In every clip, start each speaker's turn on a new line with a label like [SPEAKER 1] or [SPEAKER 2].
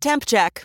[SPEAKER 1] Temp check.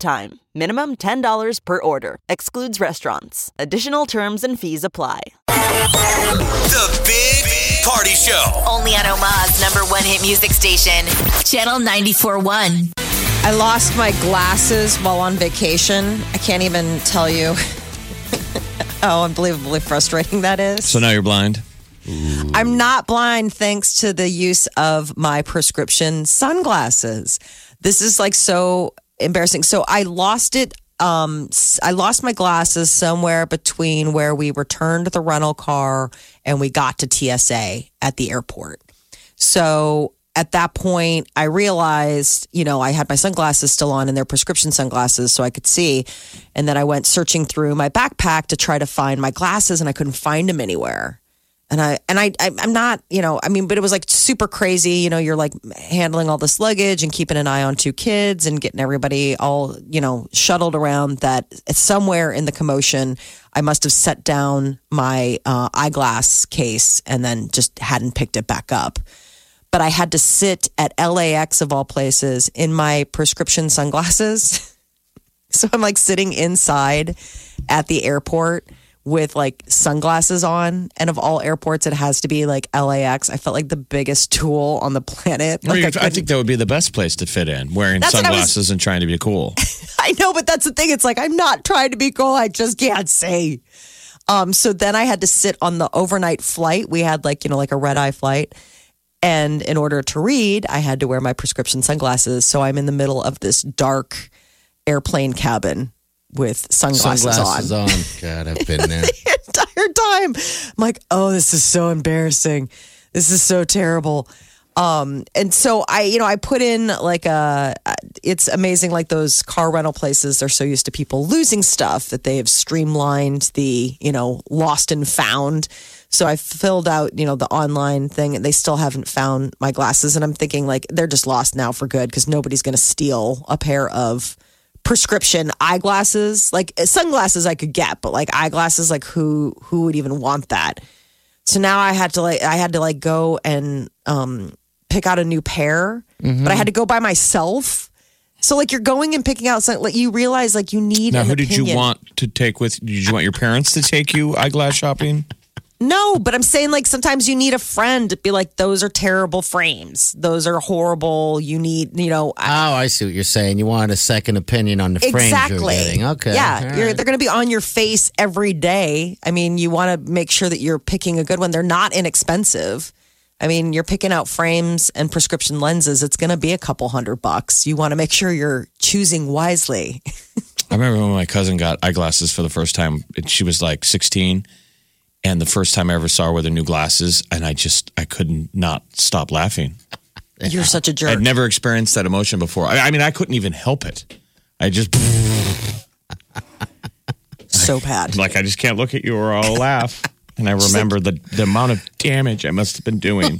[SPEAKER 1] time. Minimum $10 per order. Excludes restaurants. Additional terms and fees apply.
[SPEAKER 2] The Big Party Show.
[SPEAKER 3] Only on Omaha's number one hit music station, Channel 94.1.
[SPEAKER 4] I lost my glasses while on vacation. I can't even tell you how unbelievably frustrating that is.
[SPEAKER 5] So now you're blind.
[SPEAKER 4] I'm not blind thanks to the use of my prescription sunglasses. This is like so embarrassing. So I lost it. Um, s- I lost my glasses somewhere between where we returned the rental car and we got to TSA at the airport. So at that point, I realized, you know, I had my sunglasses still on and they're prescription sunglasses, so I could see. And then I went searching through my backpack to try to find my glasses, and I couldn't find them anywhere and I and I, I I'm not you know I mean but it was like super crazy you know you're like handling all this luggage and keeping an eye on two kids and getting everybody all you know shuttled around that somewhere in the commotion I must have set down my uh, eyeglass case and then just hadn't picked it back up but I had to sit at LAX of all places in my prescription sunglasses. So I'm like sitting inside at the airport with like sunglasses on. And of all airports, it has to be like LAX. I felt like the biggest tool on the planet. Like,
[SPEAKER 5] I think that would be the best place to fit in, wearing
[SPEAKER 4] That's what I was-
[SPEAKER 5] sunglasses and trying to be cool.
[SPEAKER 4] I know, but that's the thing. It's like I'm not trying to be cool. I just can't say. Um, so then I had to sit on the overnight flight. We had like, you know, like a red eye flight. And in order to read, I had to wear my prescription sunglasses. So I'm in the middle of this dark airplane cabin with sunglasses on.
[SPEAKER 6] Sunglasses on. God, I've been there.
[SPEAKER 4] entire time. I'm like, oh, this is so embarrassing. This is so terrible. Um, and so I, you know, I put in like a, uh, it's amazing. Like those car rental places are so used to people losing stuff that they have streamlined the, you know, lost and found. So I filled out, you know, the online thing and they still haven't found my glasses. And I'm thinking like they're just lost now for good because nobody's going to steal a pair of prescription eyeglasses like uh, sunglasses i could get but like eyeglasses like who who would even want that so now i had to like i had to like go and um pick out a new pair but i
[SPEAKER 5] Mm-hmm.
[SPEAKER 4] had to go by myself so like you're going and picking out something like you realize like you need
[SPEAKER 5] now,
[SPEAKER 4] an
[SPEAKER 5] who did you
[SPEAKER 4] opinion.
[SPEAKER 5] want to take with? Did you want your parents to take you eyeglass shopping?
[SPEAKER 4] no but i'm saying like sometimes you need a friend to be like those are terrible frames those are horrible you need you know I-
[SPEAKER 6] Oh, I see what you're saying. You want a second opinion on the frames you're
[SPEAKER 4] Exactly.
[SPEAKER 6] getting. Okay.
[SPEAKER 4] Yeah,
[SPEAKER 6] All
[SPEAKER 4] you're,
[SPEAKER 6] right.
[SPEAKER 4] they're going to be on your face every day. I mean, you want to make sure that you're picking a good one. They're not inexpensive. I mean, you're picking out frames and prescription lenses. It's going to be a couple hundred bucks. You want to make sure you're choosing wisely.
[SPEAKER 5] I remember when my cousin got eyeglasses for the first time. and She was like 16, and the first time I ever saw her with her new glasses, and I just I couldn't not stop laughing.
[SPEAKER 4] You're such a jerk.
[SPEAKER 5] I'd never experienced that emotion before. I, I mean, I couldn't even help it. I just
[SPEAKER 4] so bad.
[SPEAKER 5] like I just can't look at you or I'll laugh. And I remember the, the amount of damage I must have been doing.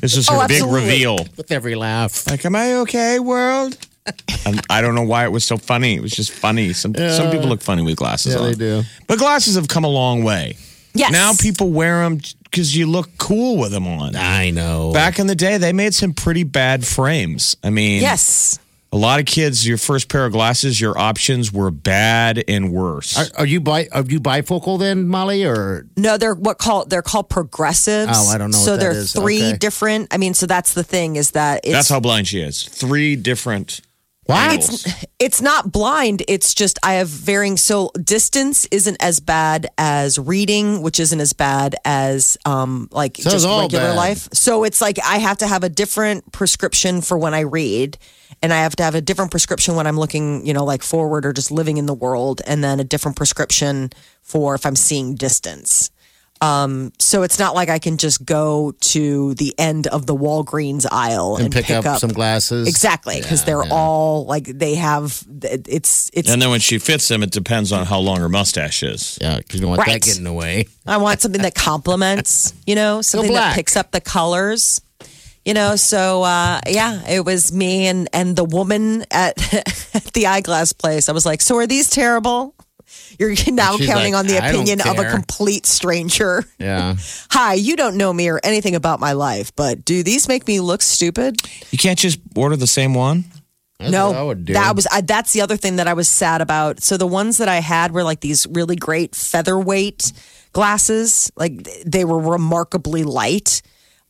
[SPEAKER 5] This is her
[SPEAKER 4] Oh,
[SPEAKER 5] big
[SPEAKER 4] absolutely.
[SPEAKER 5] reveal.
[SPEAKER 6] with every laugh.
[SPEAKER 5] Like, am I okay, world? and I don't know why it was so funny. It was just funny. Some some people look funny with glasses
[SPEAKER 6] Yeah,
[SPEAKER 5] on.
[SPEAKER 6] they do.
[SPEAKER 5] But glasses have come a long way.
[SPEAKER 4] Yes.
[SPEAKER 5] Now people wear them because you look cool with them on.
[SPEAKER 6] I know.
[SPEAKER 5] Back in the day, they made some pretty bad frames. I mean,
[SPEAKER 4] Yes.
[SPEAKER 5] a lot of kids, your first pair of glasses, your options were bad and worse.
[SPEAKER 6] Are, are you bi- are you bifocal then, Molly? Or
[SPEAKER 4] No, they're what called they're called progressives.
[SPEAKER 6] Oh, I don't know
[SPEAKER 4] So
[SPEAKER 6] what that
[SPEAKER 4] they're
[SPEAKER 6] is.
[SPEAKER 4] three
[SPEAKER 6] Okay.
[SPEAKER 4] different. I mean, so that's the thing is that it's
[SPEAKER 5] That's how blind she is. Three different.
[SPEAKER 6] wow,
[SPEAKER 5] It's-
[SPEAKER 4] it's not blind it's just i have varying so distance isn't as bad as reading which isn't as bad as um like
[SPEAKER 6] So it's
[SPEAKER 4] just
[SPEAKER 6] all
[SPEAKER 4] regular
[SPEAKER 6] bad.
[SPEAKER 4] life so it's like i have to have a different prescription for when i read and i have to have a different prescription when i'm looking you know like forward or just living in the world and then a different prescription for if i'm seeing distance Um, so it's not like I can just go to the end of the Walgreens aisle and,
[SPEAKER 6] and pick, up, some glasses.
[SPEAKER 4] Exactly, because they're all like they have. It's it's.
[SPEAKER 5] And then when she fits them, it depends on how long her mustache is.
[SPEAKER 6] Yeah, because you don't want
[SPEAKER 4] Right.
[SPEAKER 6] that getting away.
[SPEAKER 4] I want something that complements, you know, something that
[SPEAKER 6] black.
[SPEAKER 4] picks up the colors. You know, so uh, yeah, it was me and and the woman at, at the eyeglass place. I was like, "So are these terrible?" You're now
[SPEAKER 6] she's
[SPEAKER 4] counting
[SPEAKER 6] like,
[SPEAKER 4] on the
[SPEAKER 6] "I don't
[SPEAKER 4] opinion of a
[SPEAKER 6] care."
[SPEAKER 4] complete stranger.
[SPEAKER 6] Yeah.
[SPEAKER 4] Hi, you don't know me or anything about my life, but do these make me look stupid?
[SPEAKER 5] You can't just order the same one.
[SPEAKER 6] That's
[SPEAKER 4] no,
[SPEAKER 6] what I would do.
[SPEAKER 4] that was I, that's the other thing that I was sad about. So the ones that I had were like these really great featherweight glasses, like th- they were remarkably light.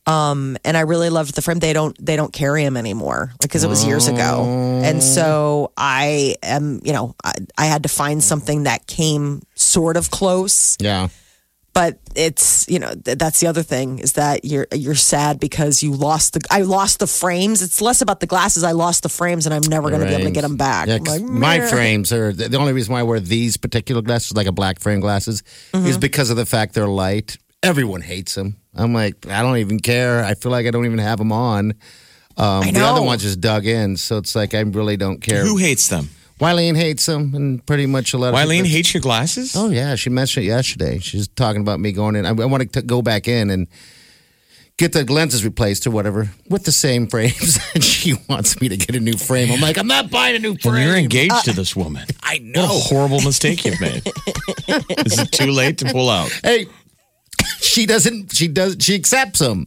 [SPEAKER 4] Um, and I really loved the frame. They don't they don't carry them anymore because it was years ago.
[SPEAKER 6] Oh.
[SPEAKER 4] And so I am, you know, I, I had to find something that came sort of close
[SPEAKER 6] yeah.
[SPEAKER 4] but it's you know th- that's the other thing is that you're you're sad because you lost the I lost the frames. It's less about the glasses. I lost the frames, and I'm never going to be able to get them back.
[SPEAKER 6] Yeah,
[SPEAKER 4] I'm
[SPEAKER 6] 'cause
[SPEAKER 4] like,
[SPEAKER 6] my
[SPEAKER 4] "Meh."
[SPEAKER 6] frames are the the only reason why I wear these particular glasses, like a black frame glasses, is
[SPEAKER 4] Mm-hmm.
[SPEAKER 6] because of the fact they're light. Everyone hates them. I'm like, I don't even care. I feel like I don't even have them on. Um,
[SPEAKER 4] I
[SPEAKER 6] The other
[SPEAKER 4] know.
[SPEAKER 6] one's just dug in, so it's like I really don't care.
[SPEAKER 5] Who hates them?
[SPEAKER 6] Wileen hates them, and pretty much a lot. of
[SPEAKER 5] Wileen
[SPEAKER 6] people-
[SPEAKER 5] hates your glasses?
[SPEAKER 6] Oh yeah, she mentioned it yesterday. She's talking about me going in. I, I want to go back in and get the lenses replaced or whatever with the same frames. and she wants me to get a new frame. I'm like, I'm not buying a new frame.
[SPEAKER 5] And you're engaged to this woman.
[SPEAKER 6] I
[SPEAKER 5] What a
[SPEAKER 6] know.
[SPEAKER 5] horrible mistake you've made. Is it too late to pull out?
[SPEAKER 6] Hey, she doesn't. She does. She accepts them.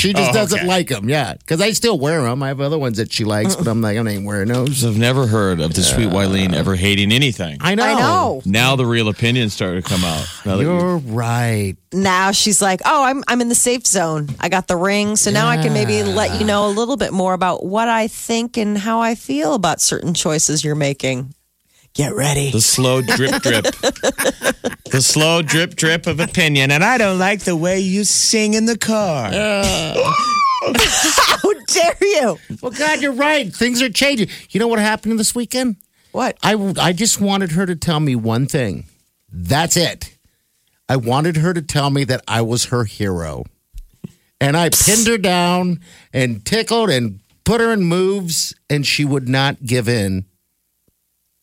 [SPEAKER 6] She just
[SPEAKER 5] Oh,
[SPEAKER 6] doesn't
[SPEAKER 5] okay.
[SPEAKER 6] like them. Yeah, because I still wear them. I have other ones that she likes, but I'm like, I'm not even wearing those.
[SPEAKER 5] I've never heard of the sweet Wileen ever hating anything.
[SPEAKER 6] I know.
[SPEAKER 4] I know.
[SPEAKER 5] Now the real opinions start to come out. Now that you-
[SPEAKER 6] You're right.
[SPEAKER 4] Now she's like, "Oh, I'm I'm in the safe zone. I got the ring, so now I can maybe let you know a little bit more about what I think and how I feel about certain choices you're making." Get ready.
[SPEAKER 5] the slow drip drip. the slow drip drip of opinion. And I don't like the way you sing in the car.
[SPEAKER 4] How dare you?
[SPEAKER 6] Well, God, you're right. Things are changing. You know what happened this weekend?
[SPEAKER 4] What?
[SPEAKER 6] I, I just wanted her to tell me one thing. That's it. I wanted her to tell me that I was her hero. And I pinned her down and tickled and put her in moves, and she would not give in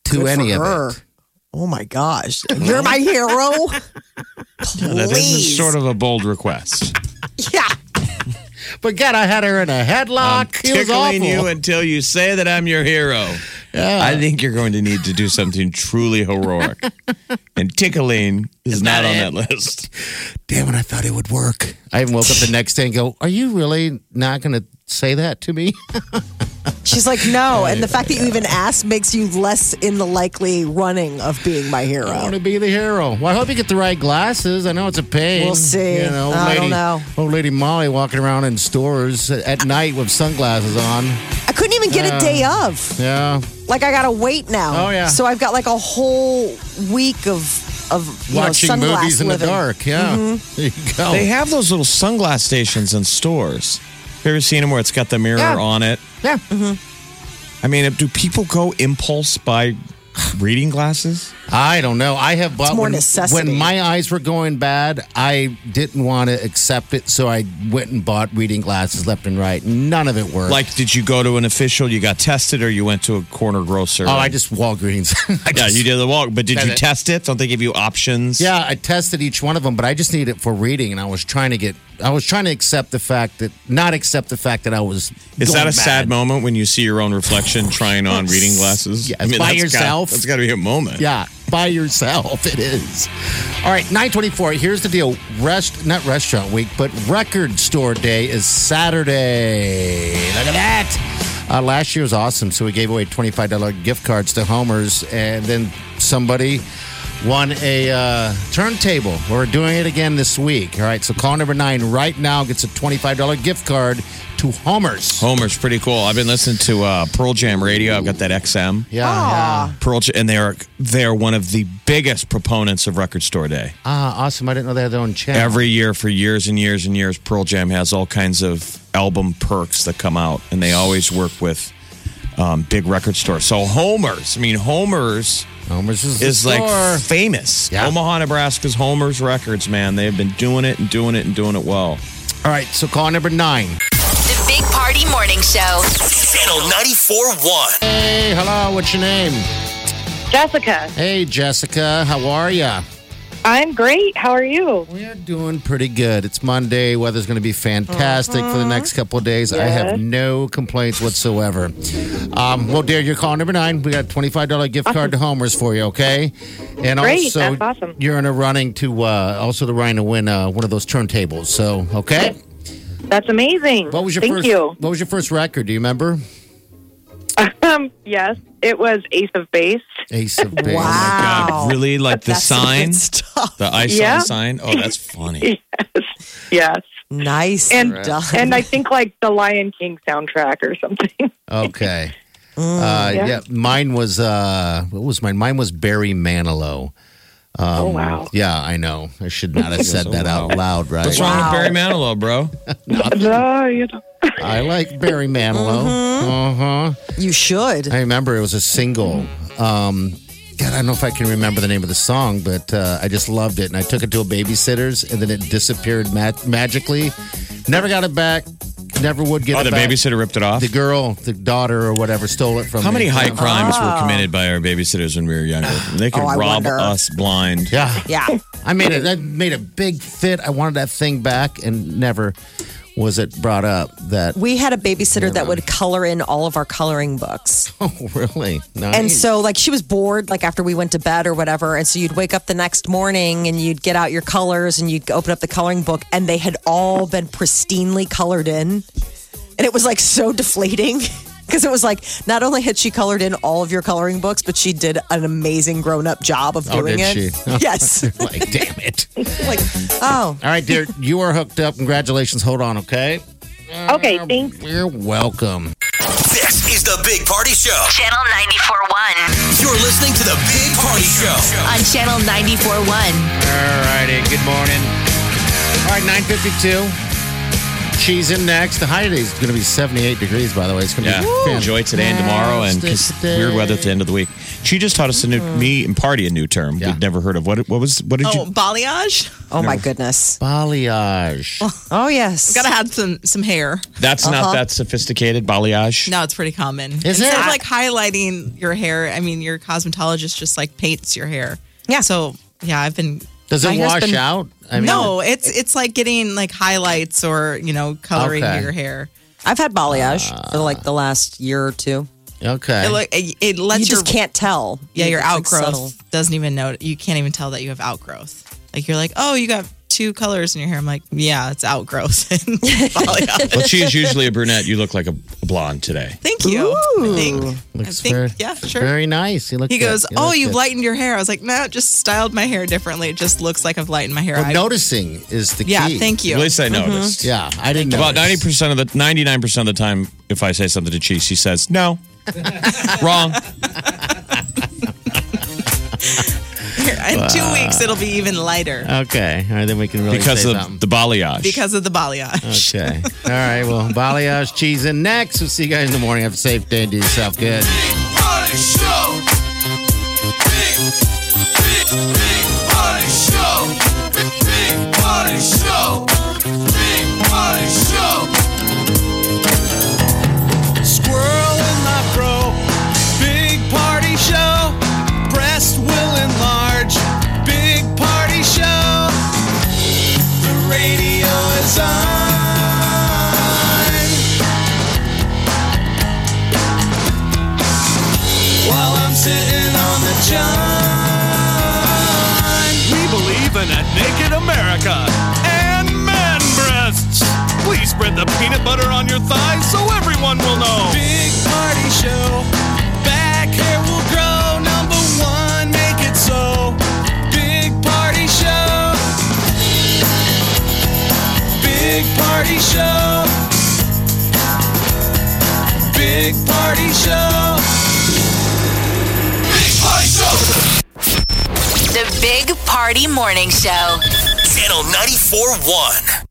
[SPEAKER 6] to
[SPEAKER 4] Good
[SPEAKER 6] any
[SPEAKER 4] for
[SPEAKER 6] of
[SPEAKER 4] her.
[SPEAKER 6] it.
[SPEAKER 4] Oh my gosh, you're my hero.
[SPEAKER 5] That is
[SPEAKER 4] Please.
[SPEAKER 5] sort of a bold request.
[SPEAKER 4] yeah.
[SPEAKER 6] But God, I had her in a
[SPEAKER 5] I'm
[SPEAKER 6] headlock. It was awful.
[SPEAKER 5] tickling you until you say that I'm your hero. I think you're going to need to do something truly heroic. and tickling is not, on that list.
[SPEAKER 6] Damn it, I thought it would work. I even woke up the next day and go, Are you really not going to say that to me?
[SPEAKER 4] She's like, no. And the fact that you even asked makes you less in the likely running of being my
[SPEAKER 6] I
[SPEAKER 4] hero.
[SPEAKER 6] want to be the hero. Well, I hope you get the right glasses. I know it's a pain.
[SPEAKER 4] We'll see.
[SPEAKER 6] You know, old
[SPEAKER 4] I
[SPEAKER 6] lady,
[SPEAKER 4] don't know.
[SPEAKER 6] Old lady Molly walking around in stores at night with sunglasses on.
[SPEAKER 4] I couldn't even get a day of.
[SPEAKER 6] Yeah,
[SPEAKER 4] Like, I got to wait now.
[SPEAKER 6] Oh, yeah.
[SPEAKER 4] So I've got like a whole week of, of you know,
[SPEAKER 6] watching
[SPEAKER 4] sunglass
[SPEAKER 6] movies in
[SPEAKER 4] living. Mm-hmm.
[SPEAKER 6] the dark. Yeah, there you go.
[SPEAKER 5] They have those little sunglass stations in stores. Have you ever seen them where it's got the mirror
[SPEAKER 6] Yeah.
[SPEAKER 5] on it?
[SPEAKER 6] yeah.
[SPEAKER 4] Mm-hmm.
[SPEAKER 5] I mean, do people go impulse by reading glasses?
[SPEAKER 6] I don't know. I have bought
[SPEAKER 4] more
[SPEAKER 6] when,
[SPEAKER 4] necessity.
[SPEAKER 6] when my eyes were going bad. I didn't want to accept it, so I went and bought reading glasses left and right. None of it worked.
[SPEAKER 5] Like, did you go to an official, you got tested, or you went to a corner grocer?
[SPEAKER 6] oh, I just Walgreens. I
[SPEAKER 5] Yeah,
[SPEAKER 6] just-
[SPEAKER 5] you did the walk, but did
[SPEAKER 6] That's
[SPEAKER 5] you
[SPEAKER 6] it.
[SPEAKER 5] test it? Don't they give you options?
[SPEAKER 6] Yeah, I tested each one of them, but I just needed it for reading, and I was trying to get, I was trying to accept the fact that, not accept the fact that I was.
[SPEAKER 5] Is that
[SPEAKER 6] going
[SPEAKER 5] a sad
[SPEAKER 6] bad.
[SPEAKER 5] moment when you see your own reflection trying on reading glasses?
[SPEAKER 6] Yeah, by
[SPEAKER 5] that's gotta-
[SPEAKER 6] yourself.
[SPEAKER 5] that's got to be a moment.
[SPEAKER 6] Yeah, by yourself, it is. All right, nine twenty-four. Here's the deal: rest, not restaurant week, but record store day is Saturday. Look at that. Uh, last year was awesome, so we gave away twenty-five dollar gift cards to Homer's, and then somebody won a uh, turntable. We're doing it again this week. All right, so call number nine right now gets a twenty-five dollar gift card to Homer's.
[SPEAKER 5] Homer's pretty cool. I've been listening to uh, Pearl Jam radio. I've got that XM.
[SPEAKER 6] Yeah, yeah.
[SPEAKER 5] Pearl Jam, and they are they are one of the biggest proponents of Record Store Day.
[SPEAKER 6] Ah, awesome! I didn't know they had their own channel.
[SPEAKER 5] Every year for years and years and years, Pearl Jam has all kinds of album perks that come out, and they always work with um, big record store. So Homer's, I mean, Homer's
[SPEAKER 6] Homer's is, the
[SPEAKER 5] is like
[SPEAKER 6] store.
[SPEAKER 5] famous.
[SPEAKER 6] Yeah.
[SPEAKER 5] Omaha, Nebraska's Homer's Records, man. They've been doing it and doing it and doing it well.
[SPEAKER 6] All right, so call number nine.
[SPEAKER 3] The Big Party Morning Show.
[SPEAKER 2] Channel 94.1.
[SPEAKER 6] Hey, hello, what's your name?
[SPEAKER 7] Jessica,
[SPEAKER 6] Hey, Jessica, how are ya?
[SPEAKER 7] I'm great. How are you?
[SPEAKER 6] We're doing pretty good. It's Monday. Weather's going to be fantastic for the next
[SPEAKER 7] Uh-huh.
[SPEAKER 6] couple of days. I have no complaints whatsoever. Um, well, dear, you're call number nine. We got a $25 gift card to Homer's for you, okay? And
[SPEAKER 7] Great.
[SPEAKER 6] also,
[SPEAKER 7] That's awesome.
[SPEAKER 6] you're in a running to uh, also the running to win uh, one of those turntables. So, okay?
[SPEAKER 7] That's amazing.
[SPEAKER 6] What was your
[SPEAKER 7] Thank
[SPEAKER 6] first
[SPEAKER 7] you.
[SPEAKER 6] What was your first record? Do you remember?
[SPEAKER 7] Um, yes, it was Ace of Base.
[SPEAKER 6] Ace of Base.
[SPEAKER 5] God, really? Like the
[SPEAKER 4] That's some
[SPEAKER 5] sign?
[SPEAKER 4] good stuff.
[SPEAKER 5] The ice
[SPEAKER 7] Yeah.
[SPEAKER 5] on the sign? Oh, that's funny.
[SPEAKER 7] Yes, yes.
[SPEAKER 4] Nice
[SPEAKER 7] And-
[SPEAKER 4] done.
[SPEAKER 7] And I think like the Lion King soundtrack or something.
[SPEAKER 6] Okay. uh, yeah.
[SPEAKER 7] Mm, Yeah.
[SPEAKER 6] mine was uh, what was mine? Mine was Barry Manilow. Um,
[SPEAKER 7] oh wow.
[SPEAKER 6] Yeah, I know. I should not have said that out loud, right?
[SPEAKER 5] What's wrong with Barry Manilow, bro?
[SPEAKER 7] No, you don't-
[SPEAKER 6] I like Barry Manilow.
[SPEAKER 5] Mm-hmm.
[SPEAKER 6] Uh huh.
[SPEAKER 4] you should.
[SPEAKER 6] I remember it was a single. Um, God, I don't know if I can remember the name of the song, but uh, I just loved it, and I took it to a babysitter's, and then it disappeared ma- magically. Never got it back. Never would get
[SPEAKER 5] Oh,
[SPEAKER 6] it
[SPEAKER 5] the
[SPEAKER 6] back.
[SPEAKER 5] babysitter ripped it off?
[SPEAKER 6] The girl, the daughter, or whatever, stole it from
[SPEAKER 5] How
[SPEAKER 6] me.
[SPEAKER 5] many high crimes were committed by our babysitters when we were younger? They could
[SPEAKER 4] Oh, I
[SPEAKER 5] rob
[SPEAKER 4] wonder.
[SPEAKER 5] us blind.
[SPEAKER 6] Yeah.
[SPEAKER 4] Yeah.
[SPEAKER 6] I made it. I made a big fit. I wanted that thing back, and never was it brought up that.
[SPEAKER 4] We had a babysitter that would color in all of our coloring books.
[SPEAKER 6] Oh, really? Nice.
[SPEAKER 4] And so, like, she was bored, like, after we went to bed or whatever. And so, you'd wake up the next morning and you'd get out your colors and you'd open up the coloring book, and they had all been pristinely colored in. And it was like so deflating because it was like not only had she colored in all of your coloring books, but she did an amazing grown up job of
[SPEAKER 6] Oh,
[SPEAKER 4] doing
[SPEAKER 6] did
[SPEAKER 4] it.
[SPEAKER 6] she?
[SPEAKER 4] Yes.
[SPEAKER 6] like, damn it!
[SPEAKER 4] like, oh,
[SPEAKER 6] All right, dear, you are hooked up. Congratulations. Hold on, okay?
[SPEAKER 7] Okay, thanks.
[SPEAKER 6] You're welcome.
[SPEAKER 2] This is the Big Party Show.
[SPEAKER 3] Channel 94.1.
[SPEAKER 2] You're listening to the Big Party Show.
[SPEAKER 3] On Channel 94.1.
[SPEAKER 6] All righty. Good morning. All right, nine fifty-two. She's in next. The high today is going to be seventy-eight degrees. By the way, it's going to
[SPEAKER 5] Yeah.
[SPEAKER 6] be fantastic.
[SPEAKER 5] Enjoy today and tomorrow and
[SPEAKER 6] Fantastic
[SPEAKER 5] 'cause weird weather at the end of the week. She just taught us a new,
[SPEAKER 4] Mm-hmm.
[SPEAKER 5] me and party a new term
[SPEAKER 6] Yeah.
[SPEAKER 5] we'd never heard of. What, what was, what did
[SPEAKER 8] Oh,
[SPEAKER 5] you?
[SPEAKER 8] balayage.
[SPEAKER 4] oh my goodness.
[SPEAKER 6] Balayage.
[SPEAKER 4] Oh, yes.
[SPEAKER 8] Gotta have some some hair.
[SPEAKER 5] That's
[SPEAKER 4] uh-huh.
[SPEAKER 5] not that sophisticated, balayage.
[SPEAKER 8] No, it's pretty common.
[SPEAKER 6] Is
[SPEAKER 8] Instead
[SPEAKER 6] it?
[SPEAKER 8] of like highlighting your hair, I mean, your cosmetologist just like paints your hair.
[SPEAKER 4] Yeah.
[SPEAKER 8] So yeah, I've been.
[SPEAKER 6] Does
[SPEAKER 8] my
[SPEAKER 6] it
[SPEAKER 8] hair's
[SPEAKER 6] wash
[SPEAKER 8] been-
[SPEAKER 6] out? I mean,
[SPEAKER 8] no, it's it's like getting like highlights or you know coloring
[SPEAKER 6] Okay.
[SPEAKER 8] your hair.
[SPEAKER 4] I've had balayage for like the last year or two.
[SPEAKER 6] Okay.
[SPEAKER 8] It look it, it lets
[SPEAKER 4] you
[SPEAKER 8] your
[SPEAKER 4] just can't tell.
[SPEAKER 8] yeah your
[SPEAKER 4] It's, like,
[SPEAKER 8] outgrowth
[SPEAKER 4] subtle.
[SPEAKER 8] doesn't even know you can't even tell that you have outgrowth. Like you're like oh you got two colors in your hair. I'm like yeah it's outgrowth. And balayage.
[SPEAKER 5] Well, she is usually a brunette. You look like a blonde today.
[SPEAKER 8] Thank you. I think.
[SPEAKER 6] Looks
[SPEAKER 8] I think-
[SPEAKER 6] very,
[SPEAKER 8] yeah, sure.
[SPEAKER 6] Very nice. You look
[SPEAKER 8] He
[SPEAKER 6] good.
[SPEAKER 8] goes,
[SPEAKER 6] You
[SPEAKER 8] "Oh,
[SPEAKER 6] look
[SPEAKER 8] you've
[SPEAKER 6] good."
[SPEAKER 8] lightened your hair." I was like, "No, just styled my hair differently. It just looks like I've lightened my hair."
[SPEAKER 6] Well,
[SPEAKER 8] I-
[SPEAKER 6] noticing is the
[SPEAKER 8] yeah,
[SPEAKER 6] key.
[SPEAKER 8] thank you.
[SPEAKER 5] At least I noticed.
[SPEAKER 6] Yeah, I didn't know.
[SPEAKER 5] About ninety percent of the ninety nine percent of the time, if I say something to Chi, she says no, wrong.
[SPEAKER 8] In two weeks, it'll be even lighter
[SPEAKER 6] Okay. All right, then we can really
[SPEAKER 5] because
[SPEAKER 6] say
[SPEAKER 5] of
[SPEAKER 6] something.
[SPEAKER 5] the balayage.
[SPEAKER 8] because of the balayage.
[SPEAKER 6] Okay. All right. Well, balayage cheese in next. We'll see you guys in the morning. Have a safe day and do yourself good.
[SPEAKER 2] Big Party Show. Big, big, big Party Show. Big, big Party Show. Big Party Show. Squirrel in my bro. Big Party Show. Breast will enlarge. Big Party Show. The radio is on. while I'm sitting on the john. We believe in a naked America and man breasts. Please spread the peanut butter on your thighs so everyone will know. Big party show. Back hair will grow. Number one, make it so. Big party show. Big party show. Big party show. Big Party Show.
[SPEAKER 3] The Big Party Morning Show.
[SPEAKER 2] Channel 94.1.